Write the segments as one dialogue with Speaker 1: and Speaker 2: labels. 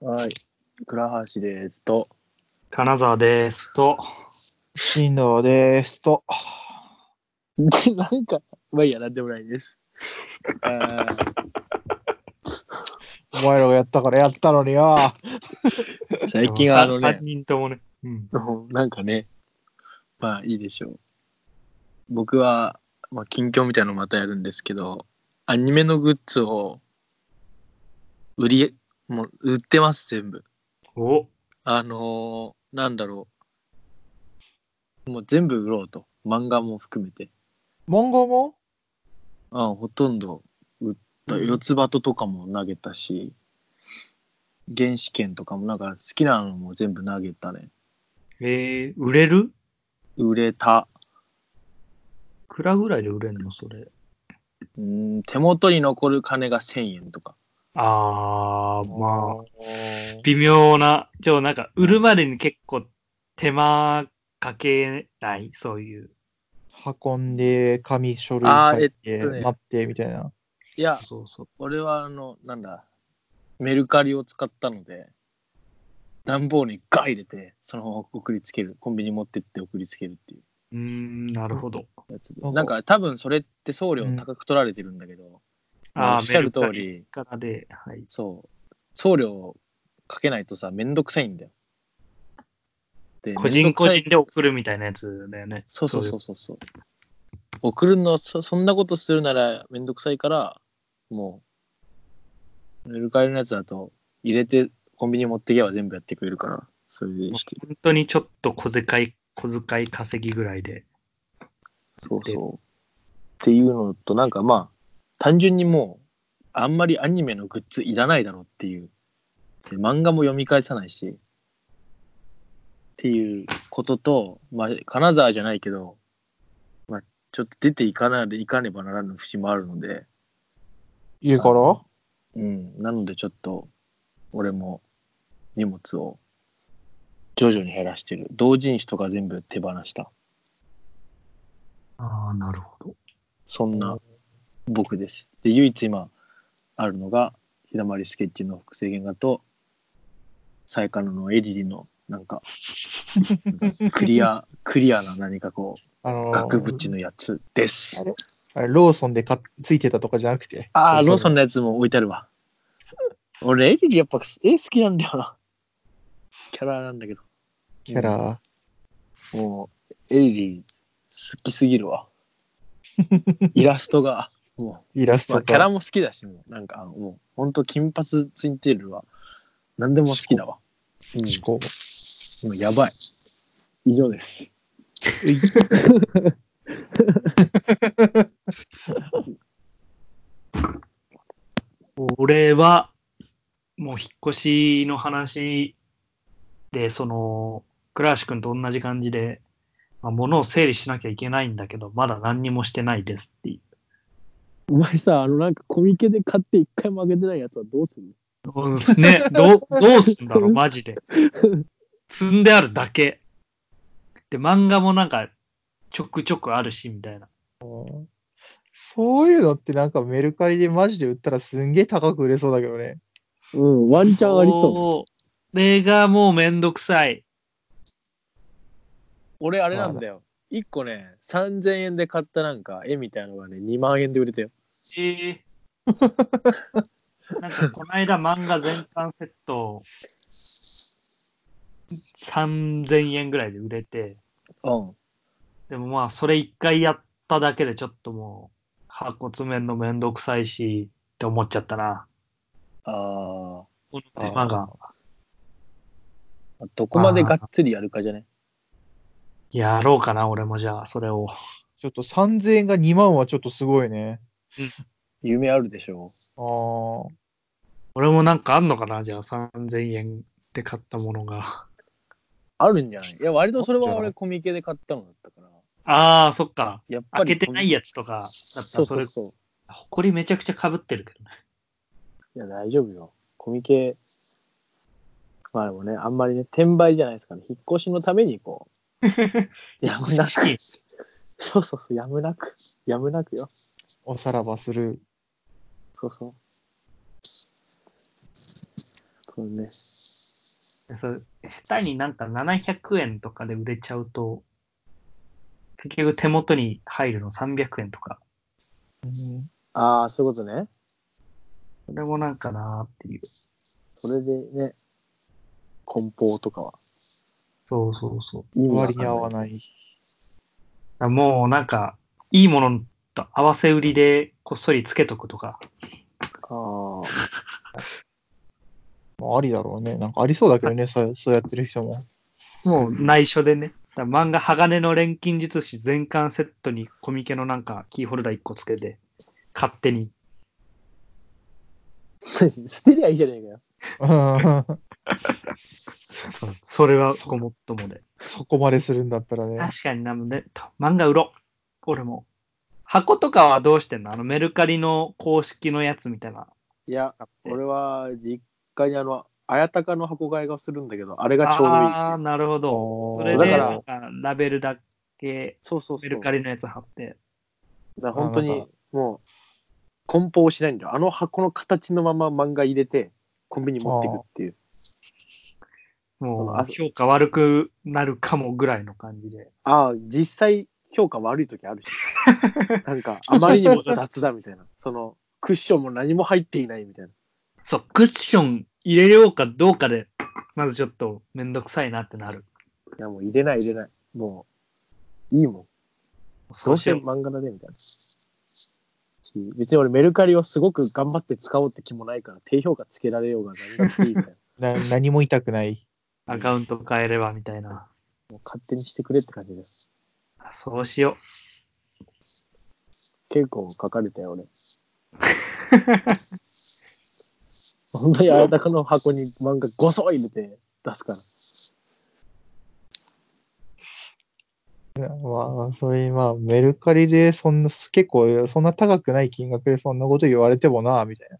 Speaker 1: はい。倉橋ですと。
Speaker 2: 金沢ですと、
Speaker 3: 進藤ですと。
Speaker 1: なんか、まあいいや、なんでもないです。あ
Speaker 3: お前らがやったからやったのによ。
Speaker 1: ー最近はあの
Speaker 2: 3
Speaker 1: ね、
Speaker 2: 人ともね、うん、
Speaker 1: なんかね、まあいいでしょう。僕は、まあ、近況みたいなのまたやるんですけど、アニメのグッズを売り、もう売ってます、全部。
Speaker 2: お
Speaker 1: あのーなんだろう。もう全部売ろうと。漫画も含めて。
Speaker 3: 漫画も
Speaker 1: ああほとんど打った、四つ鳩とかも投げたし原始圏とかもなんか好きなのも全部投げたね
Speaker 2: えー、売れる
Speaker 1: 売れた
Speaker 2: いくらぐらいで売れんのそれ。
Speaker 1: うん手元に残る金が1000円とか
Speaker 2: あー、まあ、
Speaker 3: あ。
Speaker 2: 微妙な、ちょ、なんか、売るまでに結構手間かけない、そういう。
Speaker 3: 運んで、紙書類
Speaker 1: あー
Speaker 3: 書い
Speaker 1: え
Speaker 3: て、
Speaker 1: っとね
Speaker 3: 待って、みたいな。
Speaker 1: いや
Speaker 2: そうそう。
Speaker 1: 俺はあのなんだメルカリを使ったので段ボールにガ入れてそのまま送りつけるコンビニ持ってって送りつけるっていう
Speaker 2: うーん、なるほど。
Speaker 1: やつで
Speaker 3: なんか
Speaker 1: なんか多分それって送料高く取られてるんだけど、まあ
Speaker 2: あー
Speaker 1: おっしゃる通
Speaker 2: メルカリ
Speaker 1: り
Speaker 2: からで、はい。
Speaker 1: そう送料かけないとさめんどくさいんだよで
Speaker 2: 個
Speaker 1: めん
Speaker 2: 人
Speaker 1: どく
Speaker 2: 個
Speaker 1: さい
Speaker 2: 人で送るみたいなやつだよね。
Speaker 1: そうそうそうそうそう送るのそそんなことするならめんどくさいからもうメルカリのやつだと入れてコンビニ持ってけば全部やってくれるからそれでして
Speaker 2: 本当にちょっと小遣い、小遣い稼ぎぐらいで。
Speaker 1: そうそうっていうのとなんかまあ単純にもうあんまりアニメのグッズいらないだろうっていうで漫画も読み返さないしっていうことと、まあ、金沢じゃないけど、まあ、ちょっと出ていかなでいかねばならぬ節もあるので、
Speaker 3: 家か
Speaker 1: あ
Speaker 3: ら
Speaker 1: うん、なのでちょっと俺も荷物を徐々に減らしてる同人誌とか全部手放した
Speaker 2: ああ、なるほど。
Speaker 1: そんな僕です。で、唯一今あるのが、ひだまりスケッチの複製原画と、サイカノのエリリの、なん か、クリア、クリアな何かこう、
Speaker 3: あの
Speaker 1: 額縁のやつです。
Speaker 3: あれローソンでかついてたとかじゃなくて。
Speaker 1: ああ、ローソ
Speaker 3: ン。
Speaker 1: ンのやつも置いてあるわ。 俺、エリリやっぱ絵好きなんだよな。キャラなんだけど。
Speaker 3: キャラ。
Speaker 1: もう、エリリ好きすぎるわ。イラストが、もう。
Speaker 3: イラスト
Speaker 1: ま
Speaker 3: か
Speaker 1: あ、キャラも好きだしもうなんかもうほんと金髪ツインテールは何でも好きだわ、うん、
Speaker 3: 思考。
Speaker 1: もうやばい以上です
Speaker 3: うい
Speaker 2: 俺は、もう引っ越しの話で、その、倉橋君と同じ感じで、まあ、物を整理しなきゃいけないんだけど、まだ何にもしてないですっていう。
Speaker 1: お前さあのなんかコミケで買って一回負けてないやつはどうする
Speaker 2: ね、 どう、どうすんだろう、マジで。積んであるだけ。で、漫画もなんか、ちょくちょくあるし、みたいな。
Speaker 3: そういうのってなんかメルカリでマジで売ったらすんげえ高く売れそうだけどね。
Speaker 1: のうんワンチャンありそう
Speaker 2: そう。これがもうめんどくさ い。
Speaker 1: 俺あれなんだよ一個ね3000円で買ったなんか絵みたいのがね2万円で売れたよ
Speaker 2: し、なんかこの間漫画全巻セット3000円ぐらいで売れて、
Speaker 1: うん
Speaker 2: でもまあそれ一回やっただけでちょっともう箱詰めんのめんどくさいしって思っちゃったな。
Speaker 1: あ
Speaker 2: この手間が。
Speaker 1: ーどこまでがっつりやるかじゃね
Speaker 2: やろうかな、俺もじゃあそれを。
Speaker 3: ちょっと3000円が2万はちょっとすごいね。
Speaker 1: 夢あるでしょ
Speaker 3: ああ。
Speaker 2: 俺もなんかあんのかな、じゃあ3000円で買ったものが。
Speaker 1: あるんじゃないいや割とそれは俺コミケで買ったのだったから
Speaker 2: ああ、そっか。
Speaker 1: やっぱ
Speaker 2: 開
Speaker 1: り
Speaker 2: けてないやつとかだったら
Speaker 1: そう
Speaker 2: そ
Speaker 1: そう
Speaker 2: れ、
Speaker 1: そう
Speaker 2: ほこりめちゃくちゃ被ってるけどね。
Speaker 1: いや、大丈夫よ。コミケ、まあでもね、あんまりね、転売じゃないですかね。引っ越しのためにこう、や むなく、そうそうそう、やむなく、やむなくよ。
Speaker 3: おさらばする。
Speaker 1: そうそう。そうね。
Speaker 2: そう下手になんか700円とかで売れちゃうと、結局手元に入るの300円とか、
Speaker 1: ああ、そういうことね。
Speaker 2: それもなんかなーっていう。
Speaker 1: それでね、梱包とかは。
Speaker 2: そうそうそう。
Speaker 1: 意
Speaker 3: うん、
Speaker 1: 味わ
Speaker 3: 割
Speaker 1: かん
Speaker 3: に合わない。
Speaker 2: あもうなんか、いいものと合わせ売りでこっそりつけとくとか、
Speaker 1: ああ、
Speaker 3: まあ、ありだろうね。なんかありそうだけどね、そうそうやってる人も。
Speaker 2: もう内緒でね。だから漫画、鋼の錬金術師全巻セットにコミケのなんかキーホルダー1個つけて、勝手に。
Speaker 1: 捨てりゃいいじゃねえかよ。
Speaker 3: うん
Speaker 2: それはごもっともで。
Speaker 3: そこまでするんだったらね。
Speaker 2: 確かになので、と漫画売ろう。俺も。箱とかはどうしてんのあのメルカリの公式のやつみたいな。
Speaker 1: いや、
Speaker 2: え
Speaker 1: 俺は実家にあの、綾鷹の箱買いがするんだけど、あれがちょうどいい。
Speaker 2: ああ、なるほど。
Speaker 3: おー
Speaker 2: それ
Speaker 1: だ
Speaker 2: で、
Speaker 1: から
Speaker 2: なんかラベルだけ
Speaker 1: そうそうそう。
Speaker 2: メルカリのやつ貼って。
Speaker 1: だから本当
Speaker 3: あなん
Speaker 1: に
Speaker 3: か
Speaker 1: もう梱包しないんだよあの箱の形のまま漫画入れてコンビニ持ってくっていう
Speaker 2: も
Speaker 1: あ
Speaker 2: う評価悪くなるかもぐらいの感じで。
Speaker 1: ああ実際評価悪い時あるし なんかあまりにも雑だみたいな そのクッションも何も入っていないみたいな
Speaker 2: そう、クッション入れようかどうかで、まずちょっとめんどくさいなってなる。
Speaker 1: いやもう入れない入れないもういいもんどうせ漫画だねみたいな別に俺メルカリをすごく頑張って使おうって気もないから低評価つけられようが何だっていいみたいな
Speaker 3: な何も痛くない。
Speaker 2: アカウント変えればみたいな。
Speaker 1: もう勝手にしてくれって感じです
Speaker 2: そうしよ
Speaker 1: 結構書かれたよ俺本当にあれだけの箱に漫画ごそ入れて出すから。
Speaker 3: まあ、それにまあ、メルカリでそんな、結構、そんな高くない金額でそんなこと言われてもな、みたいな。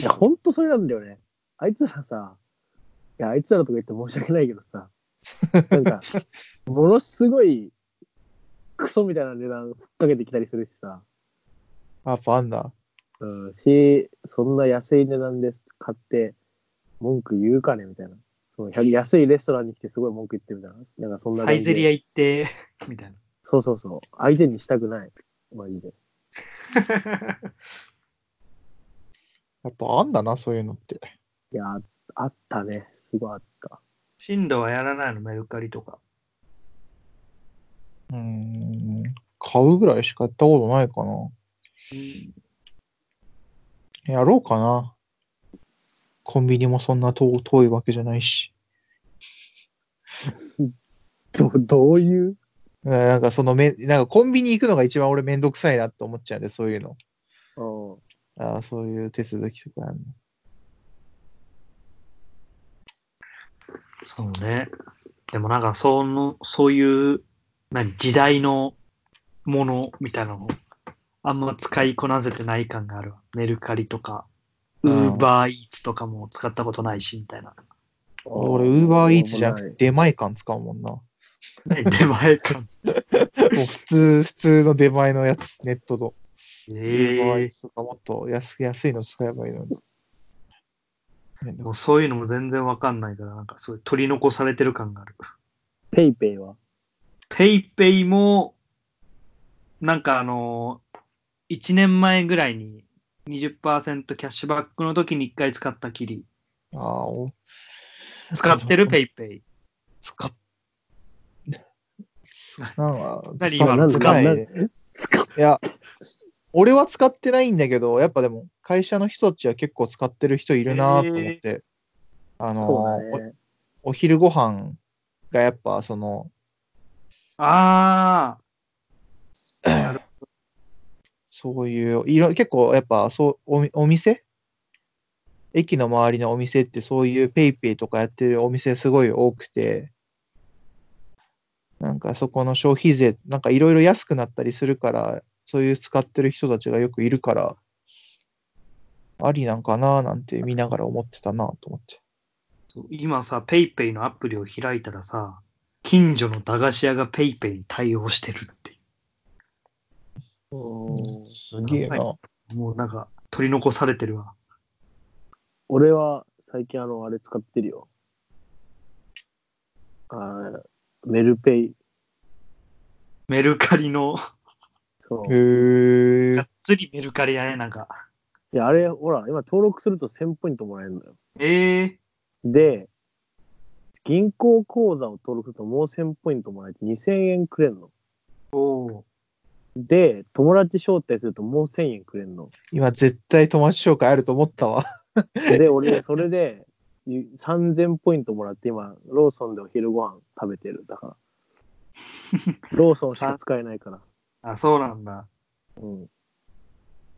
Speaker 1: いや、ほんとそれなんだよね。あいつらさ、いや、あいつらとか言って申し訳ないけどさ、なんか、ものすごいクソみたいな値段ふっかけてきたりするしさ、
Speaker 3: あやっぱあんだ。
Speaker 1: うん、し、そんな安い値段です買って、文句言うかねみたいな。その100安いレストランに来てすごい文句言ってみたいな。なんかそん
Speaker 2: う。
Speaker 1: な
Speaker 2: サ
Speaker 1: 感
Speaker 2: イ
Speaker 1: じ
Speaker 2: ゼ
Speaker 1: で
Speaker 2: リア行って、みたい
Speaker 1: そうそうそう。相手にしたくない。まあいいで。
Speaker 2: な。
Speaker 3: やっぱあんだな、そういうのって。
Speaker 1: いや、あったね。すごいあった。
Speaker 2: 進路はやらないの、メルカリとか。
Speaker 3: うーん。買うぐらいしかやったことないかな。やろうかな。コンビニもそんな遠遠いわけじゃないし。
Speaker 1: どどういう
Speaker 3: うんなんかそのめ、なんかコンビニ行くのが一番俺めんどくさいなって思っちゃうんで、そういうの。
Speaker 1: うん。
Speaker 3: ああそういう手続きとかあるの。
Speaker 2: そうね。でもなんか、その、そういう、何、時代のものみたいなのを、あんま使いこなせてない感があるわ。メルカリとか、ウ
Speaker 3: うん
Speaker 2: ーバーイーツとかも使ったことないし、みたいな。
Speaker 3: 俺、ウーバーイーツじゃなくて、出前感使う もんな。も
Speaker 2: ね出前感。
Speaker 3: う普通、普通の出前のやつ、ネットの。
Speaker 2: え
Speaker 3: ウーバーイ
Speaker 2: え
Speaker 3: ーツとかもっと安安いの使えばいいのに。めんど
Speaker 2: も
Speaker 3: く
Speaker 2: うそういうのも全然わかんないから、なんかそういう取り残されてる感がある。
Speaker 1: ペイペイは
Speaker 2: ペイペイも、なんかあのー、1年前ぐらいに20%キャッシュバックの時に1回使ったきり。
Speaker 3: ああ、お
Speaker 2: 使ってるペイペイ。
Speaker 3: 使っ、なんか、
Speaker 2: 何
Speaker 3: 使
Speaker 2: 今の
Speaker 3: 使わないね。
Speaker 1: 使っ
Speaker 3: いや、俺は使ってないんだけど、やっぱでも、会社の人たちは結構使ってる人いるなと思って、あの
Speaker 1: そうだね。
Speaker 3: お、お昼ご飯がやっぱ、その、
Speaker 2: ああ。なる
Speaker 3: そういう、いろ結構やっぱそうおみお店駅の周りのお店ってそういうペイペイとかやってるお店すごい多くて、なんかそこの消費税、なんかいろいろ安くなったりするから、そういう使ってる人たちがよくいるから、ありなんかななんて見ながら思ってたなと思って。
Speaker 2: ほど今さ、ペイペイのアプリを開いたらさ、近所の駄菓子屋がペイペイに対応してるってい
Speaker 3: すげえな。
Speaker 2: う。もうなんか取り残されてるわ。
Speaker 1: 俺は最近あの、あれ使ってるよ。あーメルペイ。
Speaker 2: メルカリの、
Speaker 1: そう。
Speaker 3: へえ
Speaker 2: がっつりメルカリやね、なんか。
Speaker 1: いや、あれ、ほら、今登録すると1000ポイントもらえるのよ。
Speaker 2: ええ
Speaker 1: で、銀行口座を登録するともう1000ポイントもらえて2000円くれんの。
Speaker 2: おー
Speaker 1: で、友達招待するともう1000円くれんの。
Speaker 3: 今絶対友達紹介あると思ったわ。
Speaker 1: で、俺、それでゆ3000ポイントもらって今、ローソンでお昼ご飯食べてる。だから。ローソンしか使えないから。
Speaker 2: あ、そうなんだ。
Speaker 1: うん。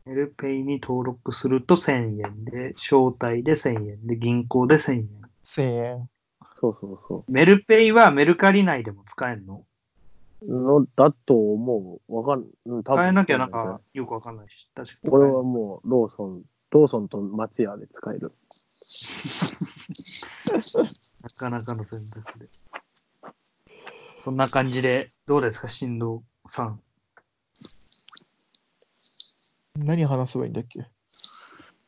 Speaker 2: メルペイに登録すると1000円で、招待で1000円で、銀行で1000円。
Speaker 3: 1000円。
Speaker 1: そうそうそ
Speaker 2: メルペイはメルカリ内でも使えるの
Speaker 1: う。のだと思う。わかん、うん、多分
Speaker 2: 使えなきゃなんか。よくわかんないし、確かに。
Speaker 1: これはもう、ローソン、ローソンと松屋で使える。
Speaker 2: なかなかの選択で。そんな感じで、どうですか、振動さん。
Speaker 3: 何話せばいいんだっけ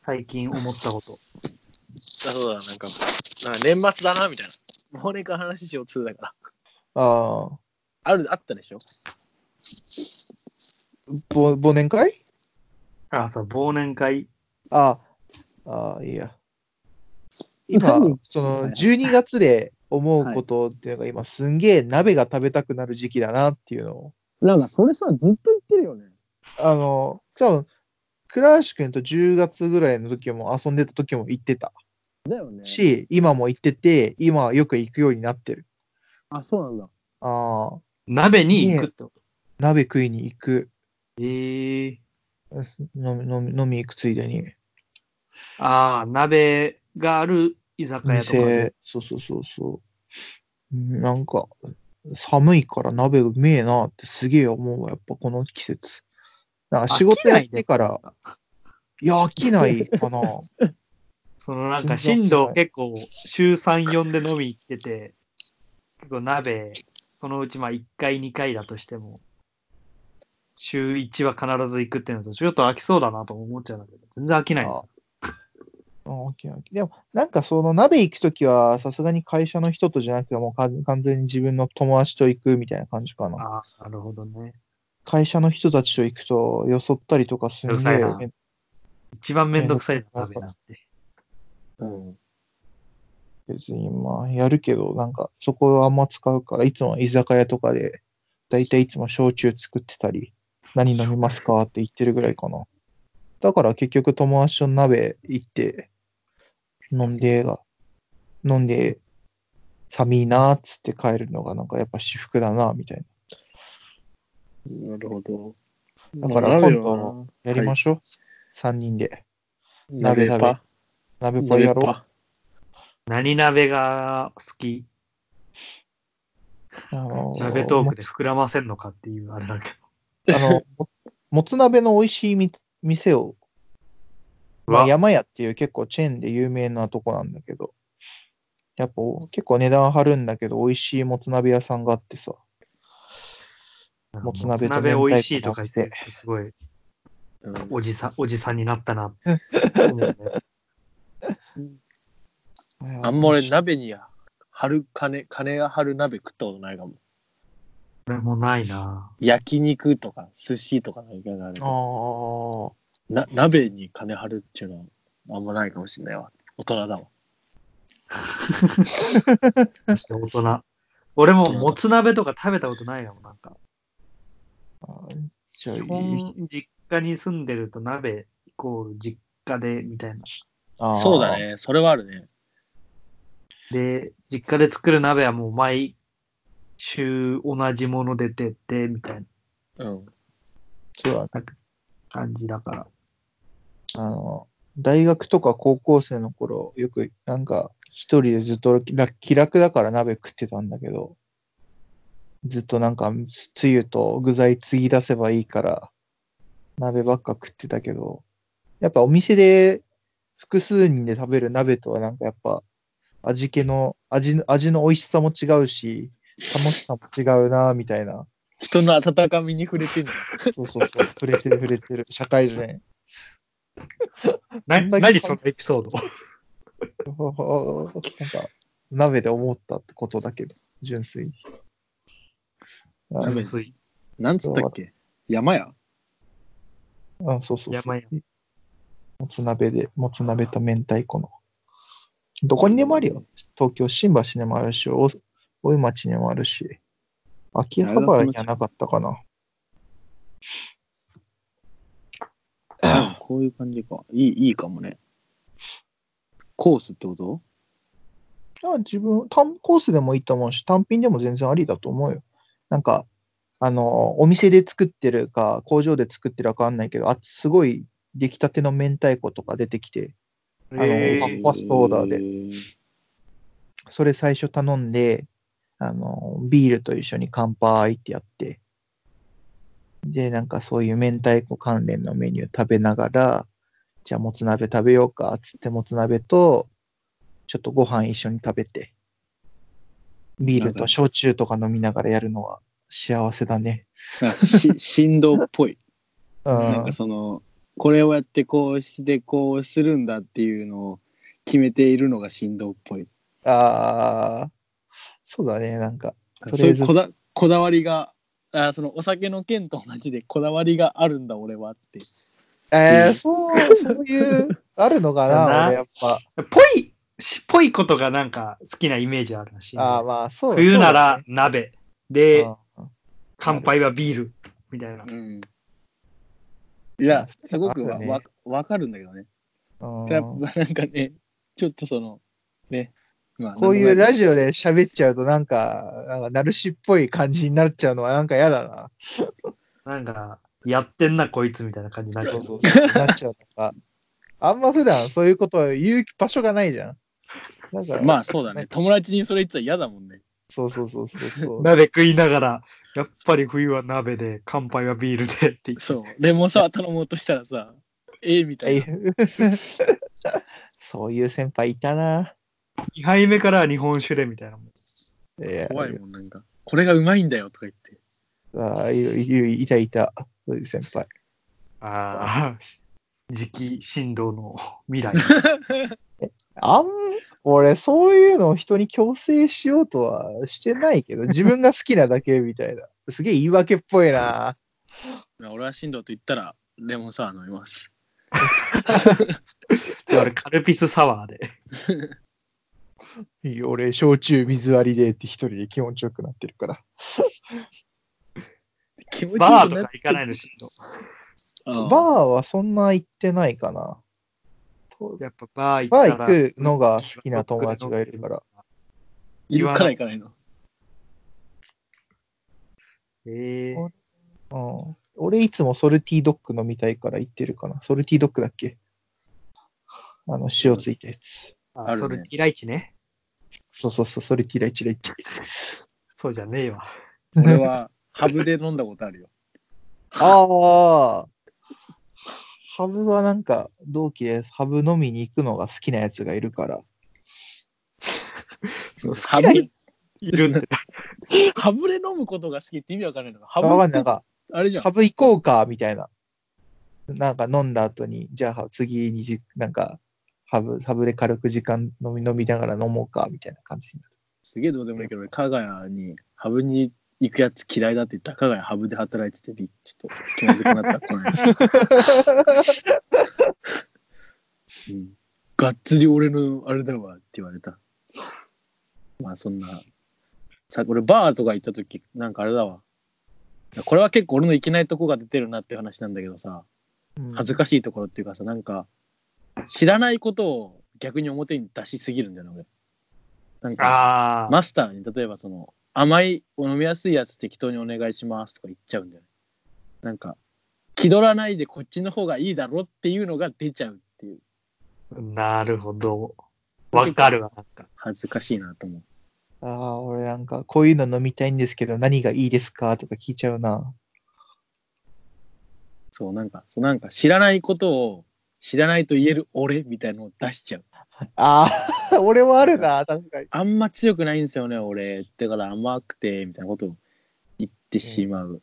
Speaker 2: 最近思ったこと。
Speaker 1: そうだ、なんか、なんか年末だな、みたいな。忘年会話しよう2だから。
Speaker 3: ああ、
Speaker 1: ある、あったでしょ
Speaker 3: ぼ忘年会
Speaker 2: あ、そう、忘年会。
Speaker 3: ああ、ああ、いいや。今
Speaker 1: 何、
Speaker 3: そ
Speaker 1: は
Speaker 3: の
Speaker 1: い
Speaker 3: 12月で思うことっていうのが今すんげえ鍋が食べたくなる時期だなっていうのを。
Speaker 1: なんか、それさ、ずっと言ってるよね。
Speaker 3: あの、多分、倉橋君と10月ぐらいの時も遊んでた時も行ってた
Speaker 1: だよね。
Speaker 3: し、今も行ってて、今はよく行くようになってる。
Speaker 1: あ、そうなんだ。
Speaker 3: ああ、
Speaker 2: 鍋に行くってこ
Speaker 3: 鍋食いに行く。
Speaker 2: と。ええ
Speaker 3: 飲み飲み飲み行くついでに。
Speaker 2: ああ、鍋がある居酒屋とかね、
Speaker 3: 店、そうそうそうそう。うんなんか、寒いから鍋うめえなってすげえ思うわ、やっぱこの季節。なんか仕事やってから、いや、飽きないかな。
Speaker 2: そのなんか、
Speaker 3: 全然
Speaker 2: 進藤結構、週3、4で飲み行ってて、結構鍋、そのうちまあ1回、2回だとしても、週1は必ず行くっていうのと、ちょっと飽きそうだなとも思っちゃうんだけど、全然飽きない。
Speaker 3: ああ飽きない飽きでも、なんかその鍋行くときは、さすがに会社の人とじゃなくて、もうか完全に自分の友達と行くみたいな感じかな。
Speaker 2: ああ、なるほどね。
Speaker 3: 会社の人たちと行くと、よそったりとかすん
Speaker 2: うる
Speaker 3: げ
Speaker 2: さい
Speaker 3: え
Speaker 2: な
Speaker 3: めん
Speaker 2: 一番めんどくさい鍋なんて。
Speaker 1: うん。
Speaker 3: 別にまあやるけど、なんかそこはあんま使うから、いつも居酒屋とかで、だいたいいつも焼酎作ってたり、何飲みますかって言ってるぐらいかな。だから結局友達と鍋行って、飲んでが、飲んで、寒いなーっつって帰るのがなんかやっぱ私服だなみたい
Speaker 1: なるほど。
Speaker 3: な。だから今度やりましょう。三3人で。
Speaker 1: 鍋
Speaker 3: 鍋
Speaker 1: パ。
Speaker 3: 鍋パイやろ
Speaker 1: パ。
Speaker 2: 何鍋が好き
Speaker 3: う。あのー
Speaker 2: 鍋トークで膨らませんのかっていうあれだけ
Speaker 3: あの、ももつ鍋の美味しいみ店を、
Speaker 2: ど。
Speaker 3: まあ、
Speaker 2: わ
Speaker 3: 山屋っていう結構チェーンで有名なとこなんだけど、やっぱ結構値段張るんだけど、美味しいもつ鍋屋さんがあってさ、もつ鍋と
Speaker 2: 鍋
Speaker 3: 明
Speaker 2: 美味し
Speaker 3: 太
Speaker 2: いと
Speaker 3: 子
Speaker 2: か
Speaker 3: の
Speaker 2: 言って
Speaker 3: 店。
Speaker 2: るとすごい
Speaker 1: うん
Speaker 2: おじさん、おじさんになったなって思う ね。
Speaker 1: あんま
Speaker 3: 美味
Speaker 1: 俺
Speaker 3: しい
Speaker 1: 鍋に張る金、金が張る鍋食ったことないかも。
Speaker 2: 俺もないな。
Speaker 1: 焼肉とか寿司とかの意外があるけ
Speaker 3: あ
Speaker 1: ど
Speaker 3: ー
Speaker 1: な鍋に金張るっていうのはあんまないかもしれないわ。大人だわ。
Speaker 2: 大人。俺ももつ鍋とか食べたことないやもん、なんか。
Speaker 3: あー。じゃあ
Speaker 2: 基
Speaker 3: いい
Speaker 2: 本、実家に住んでると鍋イコール実家でみたいな。
Speaker 3: あー
Speaker 1: そうだね。それはあるね。
Speaker 2: で、実家で作る鍋はもう毎週同じもの出てってみたいな
Speaker 1: うん。
Speaker 3: そうだね
Speaker 2: 感じだから。
Speaker 3: あの、大学とか高校生の頃、よくなんか一人でずっと気楽気楽だから鍋食ってたんだけど、ずっとなんかつゆと具材継ぎ出せばいいから、鍋ばっか食ってたけど、やっぱお店で複数人で食べる鍋とはなんかやっぱ味気の、味の、味の美味しさも違うし、楽しさも違うなみたいな。
Speaker 1: 人の温かみに触れてんの。
Speaker 3: そうそうそう。触れてる触れてる。社会人。
Speaker 2: な
Speaker 3: どんだけ
Speaker 2: 何そのエピソード
Speaker 3: なんか、鍋で思ったってことだけど、純粋に。 あ
Speaker 1: 鍋
Speaker 2: 薄い。
Speaker 1: なんつったっけ山 や
Speaker 3: あそうそうそう
Speaker 2: 山や。
Speaker 3: もつ鍋で、もつ鍋と明太子の。どこにでもあるよ。東京、新橋にもあるし、大大井町にもあるし、秋葉原にはなかったかな。
Speaker 1: あこういう感じか。いい、いいかもね。コースってこと
Speaker 3: あ自分単、コースでもいいと思うし、単品でも全然ありだと思うよ。なんか、あの、お店で作ってるか、工場で作ってるかわかんないけど、あすごい出来たての明太子とか出てきて、あの
Speaker 2: え
Speaker 3: パ
Speaker 2: ー
Speaker 3: ファストオーダーで
Speaker 1: で。
Speaker 3: それ最初頼んで、あの、ビールと一緒に乾杯ってやって、で、なんかそういう明太子関連のメニュー食べながら、じゃあもつ鍋食べようか、つってもつ鍋と、ちょっとご飯一緒に食べて、ビールと焼酎とか飲みながらやるのは幸せだね。
Speaker 1: あし 振動っぽい。
Speaker 3: う
Speaker 1: なん
Speaker 3: ん
Speaker 1: か。その、これをやってこうしてこうするんだっていうのを決めているのが振動っぽい。
Speaker 3: ああ、そうだね、なんか。と
Speaker 1: そうい
Speaker 3: りあえ
Speaker 1: う
Speaker 3: ず
Speaker 1: こだこだわりが、あそのお酒の件と同じでこだわりがあるんだ俺はって。
Speaker 3: え
Speaker 1: う
Speaker 3: ー、
Speaker 1: ん
Speaker 3: そう、そういう、あるのかな、
Speaker 2: だな
Speaker 3: 俺やっぱ。
Speaker 2: ぽい、しぽいことがなんか好きなイメージあるし。
Speaker 3: ああ、まあ、そう
Speaker 2: 冬な
Speaker 3: そうだ
Speaker 2: ら
Speaker 3: ね
Speaker 2: 鍋。で、
Speaker 3: うん
Speaker 2: 乾杯はビール。みたいな。
Speaker 1: うん。いや、すごくわ、
Speaker 3: あるね
Speaker 1: わわかるんだけどね。
Speaker 3: うん
Speaker 1: ただなんかね、ちょっとその、ね。まあ
Speaker 3: こういうラ
Speaker 1: ジ
Speaker 3: ジオで喋っちゃうとなんか、なんか、ナルシっぽい感じになっちゃうのはなんか嫌だな。
Speaker 2: なんか、やってんな、こいつみたいな感じになっちゃう。
Speaker 3: うそう。なっちゃうとか。あんま普段そういうことを言う場所がないじゃん。だから、
Speaker 1: まあそうだね。友達にそれ言ってたら嫌だもんね。
Speaker 3: そうそうそうそうそう。
Speaker 2: 鍋食いながら、やっぱり冬は鍋で、乾杯はビールでって言って
Speaker 1: そう。レモンサワー頼もうとしたらさ、ええみたいな。
Speaker 3: そういう先輩いたな。
Speaker 2: 2杯目からは日本酒でみたいなもん。
Speaker 3: いや
Speaker 1: 怖いもんなんか。これがうまいんだよとか言って。
Speaker 3: ああいるいるいたいた。そういう先輩。
Speaker 2: ああ、時期振動の未来。
Speaker 3: あん、俺、そういうのを人に強制しようとはしてな いけど、自分が好きなだけみたいな。すげえ言い訳っぽいな。
Speaker 1: 俺は振動と言ったら、レモンサワー飲みます。
Speaker 2: 俺、カルピスサワーで。
Speaker 3: いいよ俺、焼酎水割りでって一人で気持ちよくなってるから。
Speaker 1: 気持ちよくな
Speaker 2: バ
Speaker 1: っ
Speaker 2: ーとか行かないの、振動。
Speaker 1: バ
Speaker 3: バーはそんな行ってないかな。と
Speaker 2: やっぱバー行
Speaker 3: バ
Speaker 2: った
Speaker 3: ー
Speaker 2: ら
Speaker 3: 行くのが好きな友達がいるから。
Speaker 1: いるから行かないの。
Speaker 2: えー、
Speaker 3: うん、俺、いつもソルティドッグ飲みたいから行ってるかな。ソルティドッグだっけあの、塩ついたやつ。
Speaker 2: あ
Speaker 1: あるね
Speaker 2: それ、ティライチね。
Speaker 3: そうそうそう、ソルティライチライチ。
Speaker 2: そうじゃねえわ。
Speaker 1: 俺は、ハブで飲んだことあるよ。
Speaker 3: ああ。ハブはなんか、同期でハブ飲みに行くのが好きなやつがいるから。
Speaker 1: ハブ
Speaker 2: いるんだ。
Speaker 1: ハブで飲むことが好きって意味わかんないのか。ハ
Speaker 3: あ
Speaker 1: ブ
Speaker 3: わかん
Speaker 1: っ
Speaker 3: ない。な
Speaker 1: て
Speaker 3: んか、
Speaker 1: あれじゃん
Speaker 3: ハ。ブ行こうか、みたいな。なんか飲んだ後に、じゃあ次にじ、なんか、ハブ、ハブで軽く時間飲み、飲みながら飲もうか、みたいな感じになる。
Speaker 1: すげえどうでもいいけど、俺、加賀谷にハブに行くやつ嫌いだって言ったら、加賀谷ハブで働いててび、ちょっと気まずくなった、この間。うんがっつり俺のあれだわって言われた。まあそんな。さ、俺バーとか行った時、なんかあれだわ。これは結構俺のいけないとこが出てるなって話なんだけどさ、恥ずかしいところっていうかさ、なんか、知らないことを逆に表に出しすぎるんだよね、俺。なんか、
Speaker 2: ああ、
Speaker 1: マスターに例えばその甘いお飲みやすいやつ適当にお願いしますとか言っちゃうんだよね。なんか気取らないでこっちの方がいいだろっていうのが出ちゃうっていう
Speaker 2: なるほど。わかるわ、なんか。
Speaker 1: 恥ずかしいなと思う。
Speaker 3: ああ、俺なんか、こういうの飲みたいんですけど、何がいいですかとか聞いちゃうな。
Speaker 1: そうなんかそうなんか知らないことを知らないと言える俺みたいのを出しちゃう。
Speaker 3: あ あ、俺もあるな、確かに。
Speaker 1: あんま強くないんですよね俺。だから甘くてみたいなことを言ってしまう。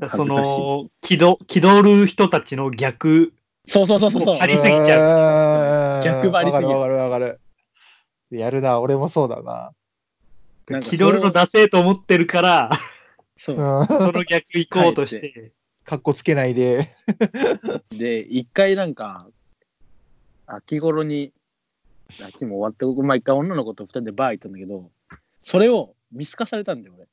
Speaker 2: そ
Speaker 1: 恥ずかしい
Speaker 2: の、気取気取る人たちの逆。
Speaker 1: そうそうそうそうそう。
Speaker 2: ありすぎち
Speaker 3: ゃ
Speaker 1: 逆欲張りすぎる
Speaker 3: わかるわかるわかる。やるな、俺もそうだな。
Speaker 1: なんか
Speaker 2: 気取るの出せと思ってるから、
Speaker 1: そう
Speaker 3: う
Speaker 2: その逆行こうとして、
Speaker 3: ん。かっこつけないで。
Speaker 1: で一回なんか秋頃に秋も終わってまあ一回女の子と二人でバー行ったんだけどそれを見透かされたんだよ俺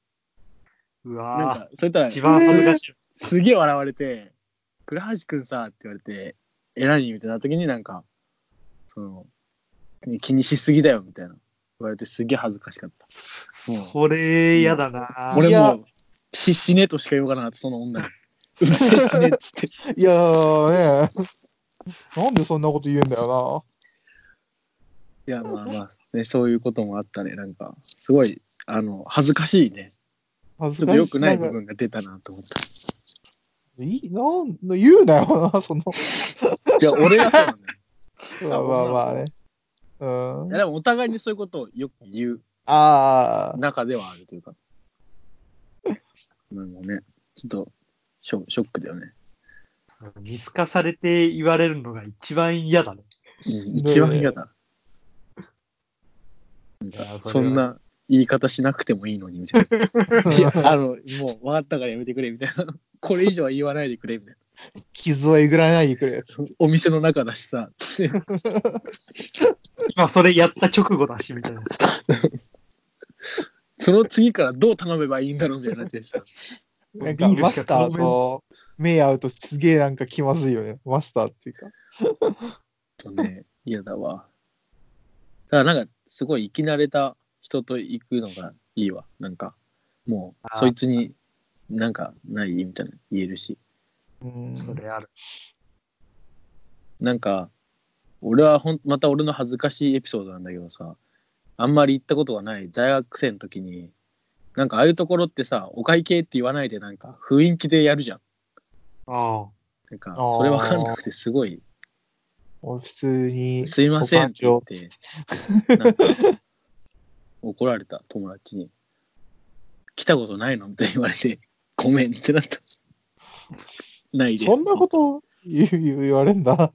Speaker 2: う
Speaker 1: なん
Speaker 2: わ
Speaker 1: かそれた
Speaker 2: ぁ、
Speaker 1: ら
Speaker 2: 一番恥ずかしい。
Speaker 1: すげえ笑われて「倉橋くんさ」って言われて「え何?」みたいな時になんかその「気にしすぎだよ」みたいな言われてすげえ恥ずかしかった
Speaker 2: それ嫌だなぁ。
Speaker 1: 俺
Speaker 3: いや
Speaker 1: もう「し死ね」としか言おうかなかったその 女に「うるせえ死ね」っつって
Speaker 3: いやーねなんでそんなこと言うんだよ
Speaker 1: いやまあまあ、ね、そういうこともあったねなんかすごいあの恥ずかしいね
Speaker 3: な。恥
Speaker 1: ちょ
Speaker 3: ず
Speaker 1: っと
Speaker 3: かしい。
Speaker 1: 良くない部
Speaker 3: んか
Speaker 1: 分が出たなと思った。
Speaker 3: いいなん言うなよな、その。
Speaker 1: いや、俺がそうなんだよ。
Speaker 3: まあまあまあね。うん
Speaker 1: いや、。でもお互いにそういうことをよく言う
Speaker 3: ああ、
Speaker 1: 中ではあるというか。なんかね、ちょっとショショックだよね。
Speaker 2: 見透かされて言われるのが一番嫌だね。
Speaker 1: 一番嫌だ。なん
Speaker 2: いや
Speaker 1: か
Speaker 2: それ
Speaker 1: そん
Speaker 2: は
Speaker 1: な言い方しなくてもいいのにみたいな。いや、あの、もう分かったからやめてくれみたいな。これ以上は言わないでくれみたいな。
Speaker 3: 傷はえぐらないでくれ。
Speaker 1: そのお店の中だしさ、つって
Speaker 2: 今それやった直後だし、みたいな。
Speaker 1: その次からどう頼めばいいんだろうみたいになっちゃうしさ。
Speaker 3: なんかマスターと目合うとすげえなんか気まずいよね。マスターっていうか。
Speaker 1: ちょっとね、嫌だわ。だからなんか、すごい生き慣れた人と行くのがいいわ。なんか、もう、
Speaker 2: あー
Speaker 1: そいつになんかないみたいな言えるし。
Speaker 3: うん。
Speaker 2: それある。
Speaker 1: なんか、俺はほん、また俺の恥ずかしいエピソードなんだけどさ、あんまり行ったことがない大学生の時に、なんかああいうところってさ、お会計って言わないでなんか雰囲気でやるじゃん。
Speaker 2: ああ。
Speaker 1: なんか、
Speaker 3: あー
Speaker 1: それわかんなくてすごい、
Speaker 3: 俺普通に。
Speaker 1: すいませんって言って、なんか、怒られた友達に、来たことないのって言われて、ごめんってなった。ないです。
Speaker 3: そんなこと言う言われんだ。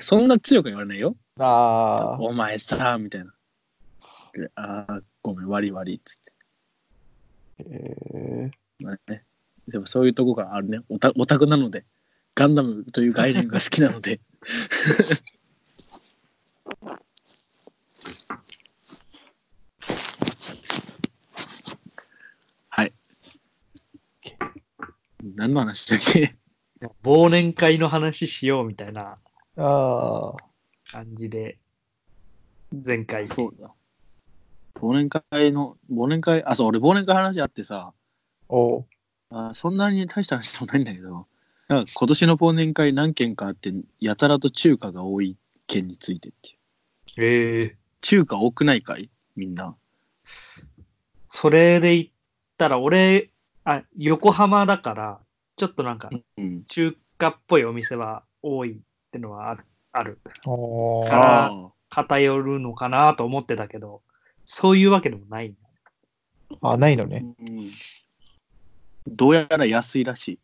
Speaker 1: そんな強く言われないよ。
Speaker 3: ああ。
Speaker 1: お前さ、みたいな。でああ、ごめん、割り割りっつって。
Speaker 3: え
Speaker 1: まあね、でもそういうとこがあるね。オタオタクなので、ガンダムという概念が好きなので、はい。何の話だっけ
Speaker 2: 忘年会の話しようみたいな
Speaker 3: ー、ああ。
Speaker 2: 感じで、前回。
Speaker 1: そうだ。忘年会の、忘年会、あ、そう、俺忘年会の話あってさ、
Speaker 3: おう
Speaker 1: あそんなに大した話でもないんだけど、なんか今年の忘年会何件かあって、やたらと中華が多い件についてっていう。
Speaker 2: ええ
Speaker 1: 中華多くないかいみんな。
Speaker 2: それで言ったら、俺、あ、横浜だから、ちょっとなんか、
Speaker 1: うん。
Speaker 2: 中華っぽいお店は多いってのはあるある。
Speaker 3: おう
Speaker 2: かあら
Speaker 1: あ
Speaker 2: 偏るのかなと思ってたけど、そういうわけでもないんだ。
Speaker 3: あ、ないの
Speaker 1: ー
Speaker 3: ね。
Speaker 1: うんどうやら安いらしい。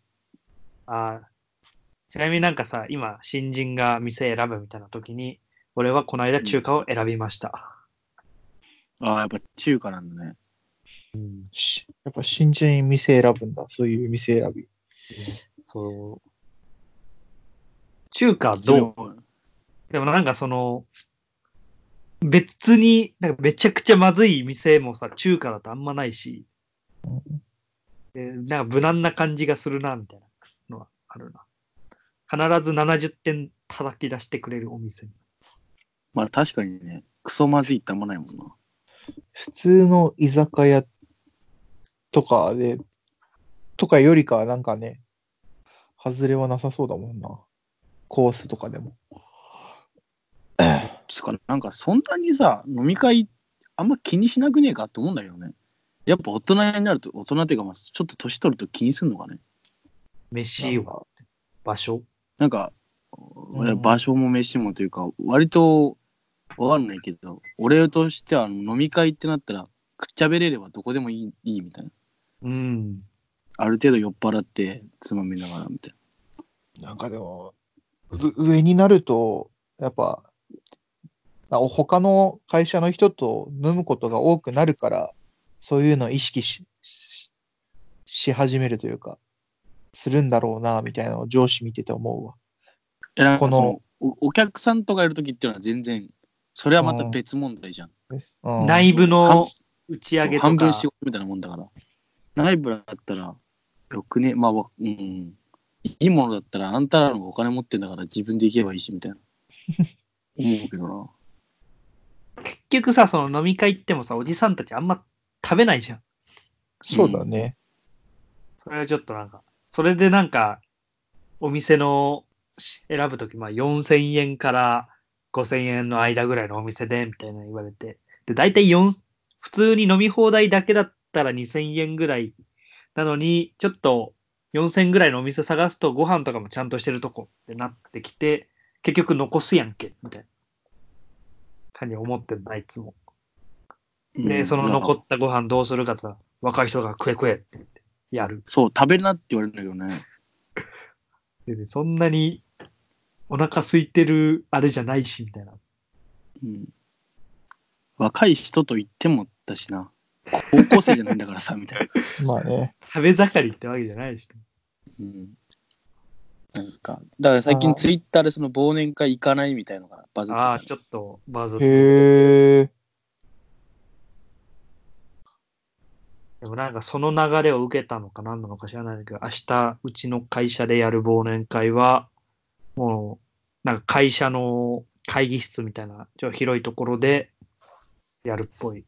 Speaker 2: あーちなみになんかさ、今、新人が店選ぶみたいな時に、俺はこの間中華を選びました。
Speaker 1: ああ、やっぱ中華なんだね。
Speaker 2: うん、
Speaker 3: しやっぱ新人店選ぶんだ。そういう店選び。
Speaker 2: そう。中華はどうでもなんかその、別に、なんかめちゃくちゃまずい店もさ、中華だとあんまないし、でなんか無難な感じがするな、みたいなのはあるな。必ず70点叩き出してくれるお店。
Speaker 1: まあ確かにね、クソまずいってあんまないもんな。
Speaker 3: 普通の居酒屋とかで、とかよりかはなんかね、外れはなさそうだもんな。コースとかで も。
Speaker 1: つうか、なんかそんなにさ、飲み会あんま気にしなくねえかって思うんだけどね。やっぱ大人になると、大人っていうかまあちょっと年取ると気にするのかね。
Speaker 2: 飯は場所
Speaker 1: なんか、
Speaker 3: ん
Speaker 1: 場所も飯もというか、割とわかんないけど、俺としては飲み会ってなったら、くっちゃべれればどこでもいいいいみたいな。
Speaker 2: うん。
Speaker 1: ある程度酔っ払って、つまみながらみたい
Speaker 3: なんかでも、う上になると、やっぱ、あ他の会社の人と飲むことが多くなるから、そういうのを意識し、しし始めるというか、するんだろうな、みたいなのを上司見てて思うわ。
Speaker 1: いやなん
Speaker 3: こ
Speaker 1: か
Speaker 3: の
Speaker 1: そのおお客さんとかいる時っていうのは全然それはまた別問題じゃん。
Speaker 3: うん、
Speaker 2: 内部の打ち
Speaker 1: そ
Speaker 2: 上
Speaker 1: う
Speaker 2: げ
Speaker 1: 半
Speaker 2: とか
Speaker 1: 分、仕事みたいなもんだから。内部だったら6年まあわうんいいものだったらあんたらの方がお金持ってんだから自分で行けばいいしみ たいな思うけどな。
Speaker 2: 結局さ、その飲み会行ってもさ、おじさんたちあんま食べないじゃん。
Speaker 3: そうだね。
Speaker 2: それはちょっとなんか、それでなんか、お店のし選ぶとき、まあ4000円から5000円の間ぐらいのお店で、みたいなの言われて。で、大体4、普通に飲み放題だけだったら2000円ぐらいなのに、ちょっと4000円ぐらいのお店探すとご飯とかもちゃんとしてるとこってなってきて、結局残すやんけ、みたいな感じに思ってんだ、いつも。
Speaker 1: う
Speaker 2: で、
Speaker 1: ん
Speaker 2: その
Speaker 1: なんか
Speaker 2: 残ったご飯どうするかってさ、若い人が食え食えって言ってやる。
Speaker 1: そう食べるなって言われるんだけどね。
Speaker 2: でね、そんなにお腹空いてるあれじゃないし、みたいな。
Speaker 1: うん若い人と言ってもだしな高校生じゃないんだからさみたい な、
Speaker 3: まあね。
Speaker 2: 食べ盛りってわけじゃないし。
Speaker 1: うん、なんかだから最
Speaker 3: あ
Speaker 1: 近
Speaker 3: ー
Speaker 1: ツイッターでその忘年会行かないみたいのがバズって
Speaker 2: あ
Speaker 1: た
Speaker 2: あ、ちょっとバズって。
Speaker 3: へえ。
Speaker 2: でもなんかその流れを受けたのか何なのか知らないんだけど、明日うちの会社でやる忘年会は、もう、なんか会社の会議室みたいな、ちょっと広いところでやるっぽい。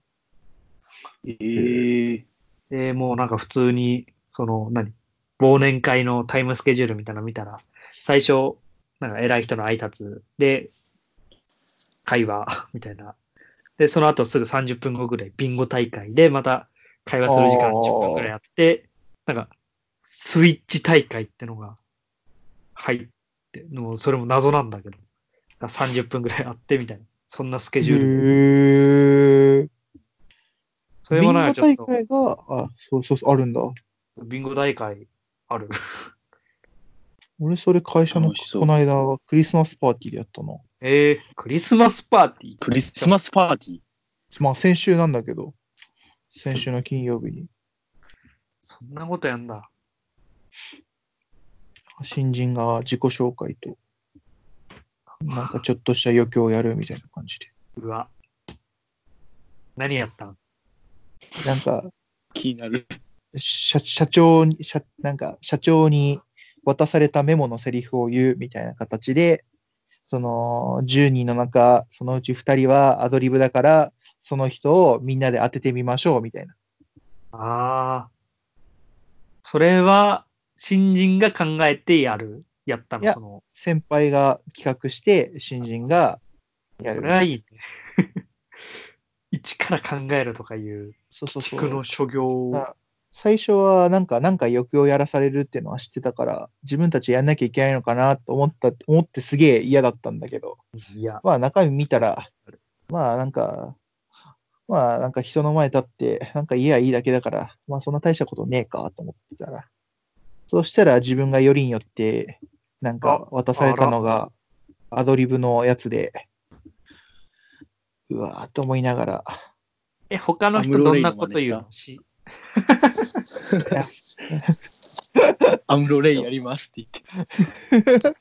Speaker 1: えー、
Speaker 2: で、もうなんか普通に、その、何忘年会のタイムスケジュールみたいなの見たら、最初、なんか偉い人の挨拶で、会話 みたいな。で、その後すぐ30分後ぐらいビンゴ大会で、また会話する時間
Speaker 3: おー
Speaker 2: 10分ぐらいあって、なんか、スイッチ大会ってのが入って、もうそれも謎なんだけど、なんか30分ぐらいあってみたいな、そんなスケジュール。
Speaker 3: へえ。
Speaker 2: それもなんかちょっと。
Speaker 3: ビンゴ大会が、あ、そうそうそう、あるんだ。
Speaker 2: ビンゴ大会ある。
Speaker 3: 俺、それ会社の、
Speaker 1: 楽しそう
Speaker 3: この間、クリスマスパーティーでやったな。
Speaker 2: えー、クリスマスパーティー
Speaker 1: クリスマスパーティー
Speaker 3: まあ、先週なんだけど、先週の金曜日に、
Speaker 2: そんなことやんだ。
Speaker 3: 新人が自己紹介と、なんかちょっとした余興をやるみたいな感じで。
Speaker 2: うわ。何やったん
Speaker 3: なんか、
Speaker 1: 気になる
Speaker 3: 社社長に社、なんか、社長に渡されたメモのセリフを言うみたいな形で、その、10人の中、そのうち2人はアドリブだから、その人をみんなで当ててみましょうみたいな。
Speaker 2: ああ。それは、新人が考えてやる。やった
Speaker 3: い
Speaker 2: の、
Speaker 3: や
Speaker 2: その。
Speaker 3: 先輩が企画して、新人がや
Speaker 2: そ
Speaker 3: る
Speaker 2: れ。はいいね。 一から考えるとかいう、
Speaker 3: そうそうそ
Speaker 2: 菊
Speaker 3: う
Speaker 2: の。所業を。
Speaker 3: あ最初はなんか、なんか抑揚やらされるっていうのは知ってたから、自分たちやんなきゃいけないのかなと思った、思ってすげえ嫌だったんだけど、
Speaker 2: いや、
Speaker 3: まあ中身見たら、まあなんか、まあなんか人の前立って、なんか言えばいいだけだから、まあそんな大したことねえかと思ってたら、そうしたら自分がよりによって、なんか渡されたのがアドリブのやつで、うわーっと思いながら、
Speaker 2: え、他の
Speaker 1: ア
Speaker 2: 人
Speaker 1: ムロ
Speaker 2: ど
Speaker 1: レ
Speaker 2: ん
Speaker 1: イ
Speaker 2: な
Speaker 1: の
Speaker 2: こと言うのし
Speaker 1: アムロレイやりますって言って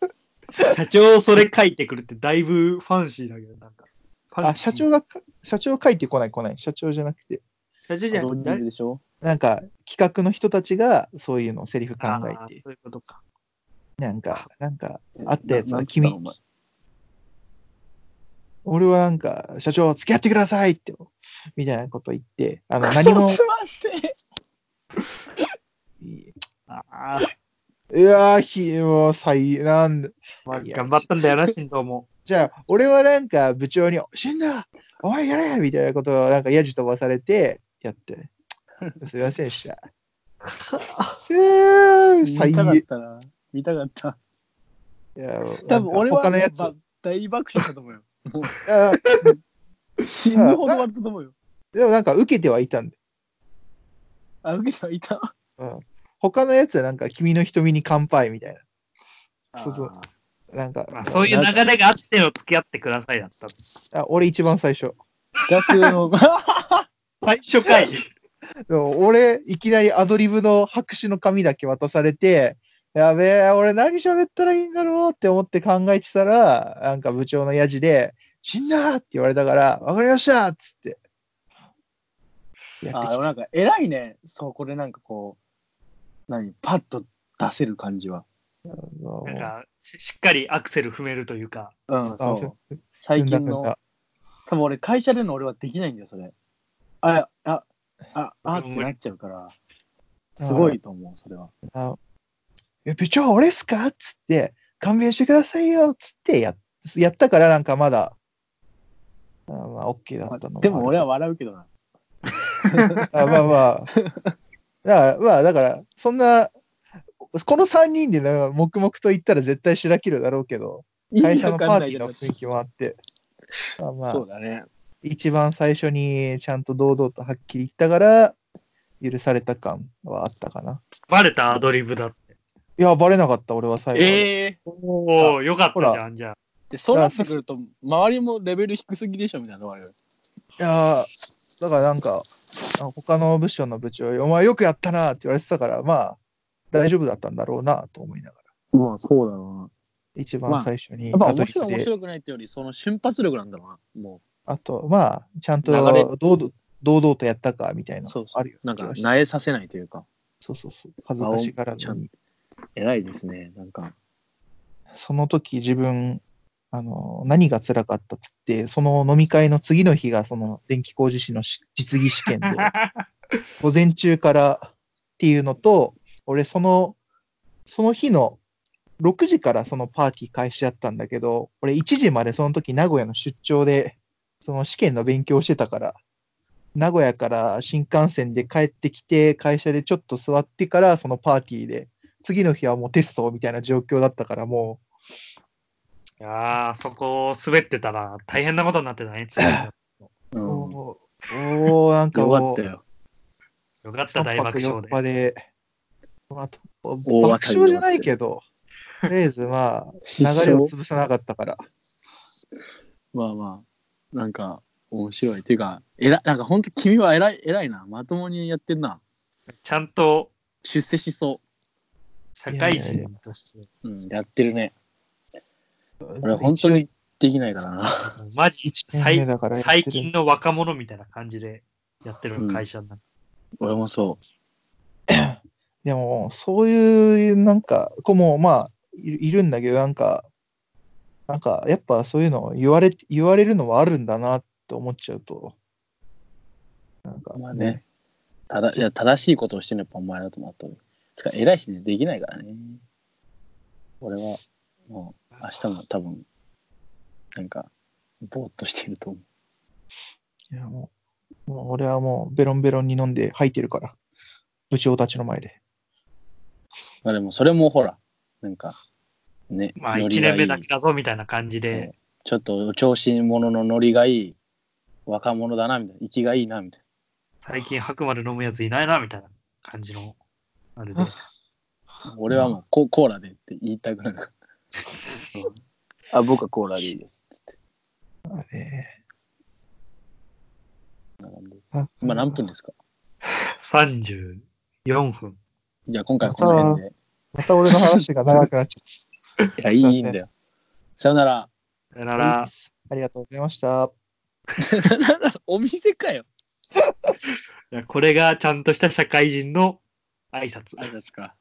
Speaker 2: 社長それ書いてくるってだいぶファンシーだけど、なんか。ファン
Speaker 3: あ、
Speaker 2: シー
Speaker 3: 社長が、社長書いてこない来ない、社長じゃなくて、
Speaker 2: 社長じゃ
Speaker 1: アド
Speaker 2: なくて
Speaker 1: リブ
Speaker 2: 誰
Speaker 1: でしょ
Speaker 3: なんか企画の人たちがそういうのセリフ考
Speaker 2: あ
Speaker 3: え
Speaker 2: ー
Speaker 3: て、
Speaker 2: そういうことか。
Speaker 3: なんか、なんかあったやつ
Speaker 1: な
Speaker 3: は
Speaker 1: なんつった
Speaker 3: 君
Speaker 1: のお前、
Speaker 3: 俺はなんか、社長、付き合ってくださいって、みたいなこと言って、あの、何も
Speaker 1: く、そつまんね
Speaker 2: ああ、
Speaker 3: うわー、ひ、もう、最、なんだ
Speaker 2: まあ、
Speaker 3: いや
Speaker 2: 頑張ったんだよな、新藤も。
Speaker 3: じゃあ、俺はなんか、部長に、死んだお前やれみたいなことを、なんか、やじ飛ばされて、やって、すいません でした。すー、
Speaker 1: え
Speaker 3: 最
Speaker 1: 見たかっ
Speaker 3: 悪。
Speaker 1: たな見たかった
Speaker 3: いや
Speaker 1: 多分俺は
Speaker 3: 他のやつ、
Speaker 1: ば大爆笑だと思う よ
Speaker 3: あ
Speaker 1: 死ぬほど笑ったと思うよ
Speaker 3: でもなんか、受けてはいたんで、
Speaker 1: あの人はいた
Speaker 3: うん。他のやつはなんか、君の瞳に乾杯みたいな。そうそう
Speaker 1: あー
Speaker 3: なんか、
Speaker 2: まあ、そういう流れがあっての付き合ってくださいだった。
Speaker 3: あ俺一番最初。
Speaker 1: 企画 の、
Speaker 2: 最初かい。
Speaker 3: でも俺、いきなりアドリブの白紙の紙だけ渡されて、やべえ、俺何喋ったらいいんだろうって思って考えてたら、なんか部長のやじで、死んだって言われたから、わかりましたっつって。やって
Speaker 1: あ で
Speaker 3: きた
Speaker 1: もなんか偉いね。そう、これなんかこう、何、パッと出せる感じは。
Speaker 3: もう
Speaker 2: なんか、ししっかりアクセル踏めるというか。
Speaker 1: うん、
Speaker 3: あ
Speaker 1: そう。最近
Speaker 3: なん
Speaker 1: の
Speaker 3: か、
Speaker 1: 多分俺会社での俺はできないんだよ、それ。あ、あ、あ、あっ
Speaker 2: う
Speaker 1: て
Speaker 2: ん
Speaker 1: なっちゃうから、すごいと思う、それは。
Speaker 3: あえ部長、俺っすかっつって、勘弁してくださいよっつってやっやったから、なんかまだ、あまあ、OK だ
Speaker 1: ま
Speaker 3: ったの
Speaker 1: あでも俺は
Speaker 3: は
Speaker 1: 笑うけどな。
Speaker 3: あまあま あ。だから、まあ、だから、そんな、この3人でなんか黙々と言ったら絶対しらきるだろうけど、会社のパーティーの雰囲気もあって、まあま
Speaker 1: そ
Speaker 3: あ
Speaker 1: う、だね。
Speaker 3: 一番最初にちゃんと堂々とはっきり言ったから、許された感はあったかな。
Speaker 2: バレたアドリブだって。
Speaker 3: いや、バレなかった、俺は最後まで。
Speaker 1: ええ
Speaker 2: おお、よかっ
Speaker 3: ほ
Speaker 2: た
Speaker 3: ら
Speaker 2: じゃん、じゃあ。
Speaker 1: で、そうなってくると、周りもレベル低すぎでしょみたいなのがあるよ。
Speaker 3: いやーだからなんか、あの他の部署の部長、お前よくやったなって言われてたから、まあ、大丈夫だったんだろうなと思いながら、
Speaker 1: まあ、そうだろ
Speaker 3: 一
Speaker 1: ま
Speaker 3: 番
Speaker 1: あ
Speaker 3: 最初に
Speaker 1: やっぱ
Speaker 3: アド
Speaker 1: 面
Speaker 3: リブ
Speaker 1: 白い、面
Speaker 3: で、
Speaker 1: 白くないってより、その瞬発力なんだろうな。も
Speaker 3: あと、まあ、ちゃんと
Speaker 1: 流れ
Speaker 3: 堂々堂々とやったかみたいなの
Speaker 1: そうそう
Speaker 3: あるよ
Speaker 1: う、なん
Speaker 3: 気
Speaker 1: か、
Speaker 3: がした
Speaker 1: なえさせないというか、
Speaker 3: そうそうそう、恥ずかしがらず
Speaker 1: 青ちゃ
Speaker 3: に。
Speaker 1: 偉いですね。なんか、
Speaker 3: その時自分、あの何が辛かったっつって、その飲み会の次の日が、その電気工事士のし実技試験 で、午前中からっていうのと、俺その、その日の6時からそのパーティー開始だったんだけど、俺1時までその時名古屋の出張で、その試験の勉強してたから、名古屋から新幹線で帰ってきて、会社でちょっと座ってからそのパーティーで、次の日はもうテストみたいな状況だったから、も
Speaker 2: いやーそこ滑ってたら大変なことになってたね。次の
Speaker 1: う
Speaker 3: う、
Speaker 1: ん、よ
Speaker 3: おーおーなんか
Speaker 1: か
Speaker 3: も
Speaker 1: っ
Speaker 3: う
Speaker 1: た、よ。
Speaker 2: よかった、大
Speaker 3: 3
Speaker 2: 爆
Speaker 3: 泊
Speaker 2: 笑
Speaker 3: 4
Speaker 2: で。
Speaker 3: 日で、まあ、と
Speaker 1: 当たり
Speaker 3: 爆笑じゃないけど、とりあえずまあ、
Speaker 1: 失
Speaker 3: 流れ
Speaker 1: 笑
Speaker 3: を潰さなかったから。
Speaker 1: まあまあ、なんか、面白い。っていうか、えらなんか、本当君は偉い、偉いな。まともにやってんな。
Speaker 2: ちゃんと
Speaker 1: 出世しそ
Speaker 2: 社会人として、
Speaker 1: う。うん、やってるね。俺、本当にできないからな。
Speaker 2: マジ
Speaker 3: 年目
Speaker 2: 最
Speaker 3: だからやってる
Speaker 2: 最近の若者みたいな感じでやってる会社になる。
Speaker 1: 俺もそ
Speaker 3: でも、そういう、なんか、子も、まあ、いいるんだけど、なんか、なんか、やっぱそういうのを言われ、言われるのはあるんだなって思っちゃうと、なんか、
Speaker 1: う。まあね。ただいや正しいことをしてるのはやっぱお前だと思ったのつか偉い人できないからね俺はもう明日も多分なんかぼーっとしてると思
Speaker 3: いやもう、もう俺はもう、ベロンベロンに飲んで吐いてるから、部長たちの前で。
Speaker 1: うまあでもそれもほらなんかね
Speaker 2: まあ、
Speaker 1: ノ
Speaker 2: 1
Speaker 1: リがい
Speaker 2: 年
Speaker 1: い
Speaker 2: 目だけだぞみたいな感じで、
Speaker 1: ちょっと調子者のノリがいい若者だなみたいな生きがいいなみたい
Speaker 2: 最近吐くまで飲むやついないなみたいな感じの、あれで。
Speaker 1: な俺はもうコ,、コーラでって言いたくなるから、うんあ僕はコーラでいいですっつって
Speaker 3: まあねあ
Speaker 1: 今何分ですか
Speaker 2: 34分。
Speaker 1: じゃあ今回はこの辺で
Speaker 3: また俺の話が長くなっちゃった。
Speaker 1: い やいいんだよさよなら
Speaker 2: さよなら。
Speaker 3: ありがとうございました。
Speaker 1: お店かよ。
Speaker 2: これがちゃんとした社会人の挨拶。
Speaker 1: あれですか。